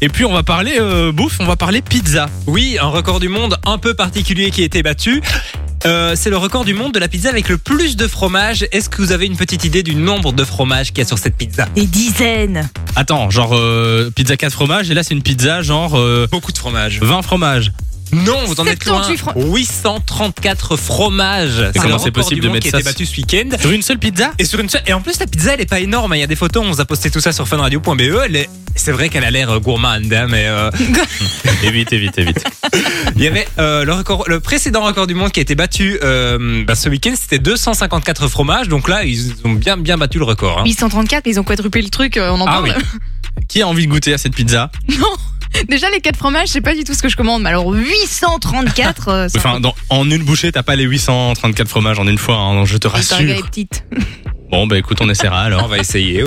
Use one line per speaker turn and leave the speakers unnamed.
Et puis on va parler euh, bouffe, on va parler pizza.
Oui, un record du monde un peu particulier qui a été battu. Euh, c'est le record du monde de la pizza avec le plus de fromage. Est-ce que vous avez une petite idée du nombre de fromages qu'il y a sur cette pizza
Des dizaines.
Attends, genre euh, pizza 4 fromages, et là c'est une pizza genre euh,
Beaucoup de fromages.
20 fromages.
Non, vous en êtes loin.
78 fro-
834 fromages.
comment
le
c'est
record
possible
du
de
monde
mettre
qui
ça
a été battu ce week-end.
Sur une seule pizza
Et sur une seule- et en plus la pizza elle est pas énorme, hein. il y a des photos, on vous a posté tout ça sur funradio.be, E. Elle est- c'est vrai qu'elle a l'air euh, gourmande, hein, mais euh,
Évite, évite, évite.
il y avait euh, le, record, le précédent record du monde qui a été battu euh, bah, ce week-end, c'était 254 fromages, donc là ils ont bien bien battu le record. hein.
Ah.
834, ils ont quadruplé le truc, euh, on en
Ah
parle.
Qui a envie de goûter à cette pizza
Non Déjà, les 4 fromages, c'est pas du tout ce que je commande, mais alors 834, euh, c'est
Enfin, dans- en une bouchée, t'as pas les 834 fromages en une fois, hein, je te
un gars
rassure.
est petite.
Bon, bah écoute, on essaiera alors.
On va essayer, oui.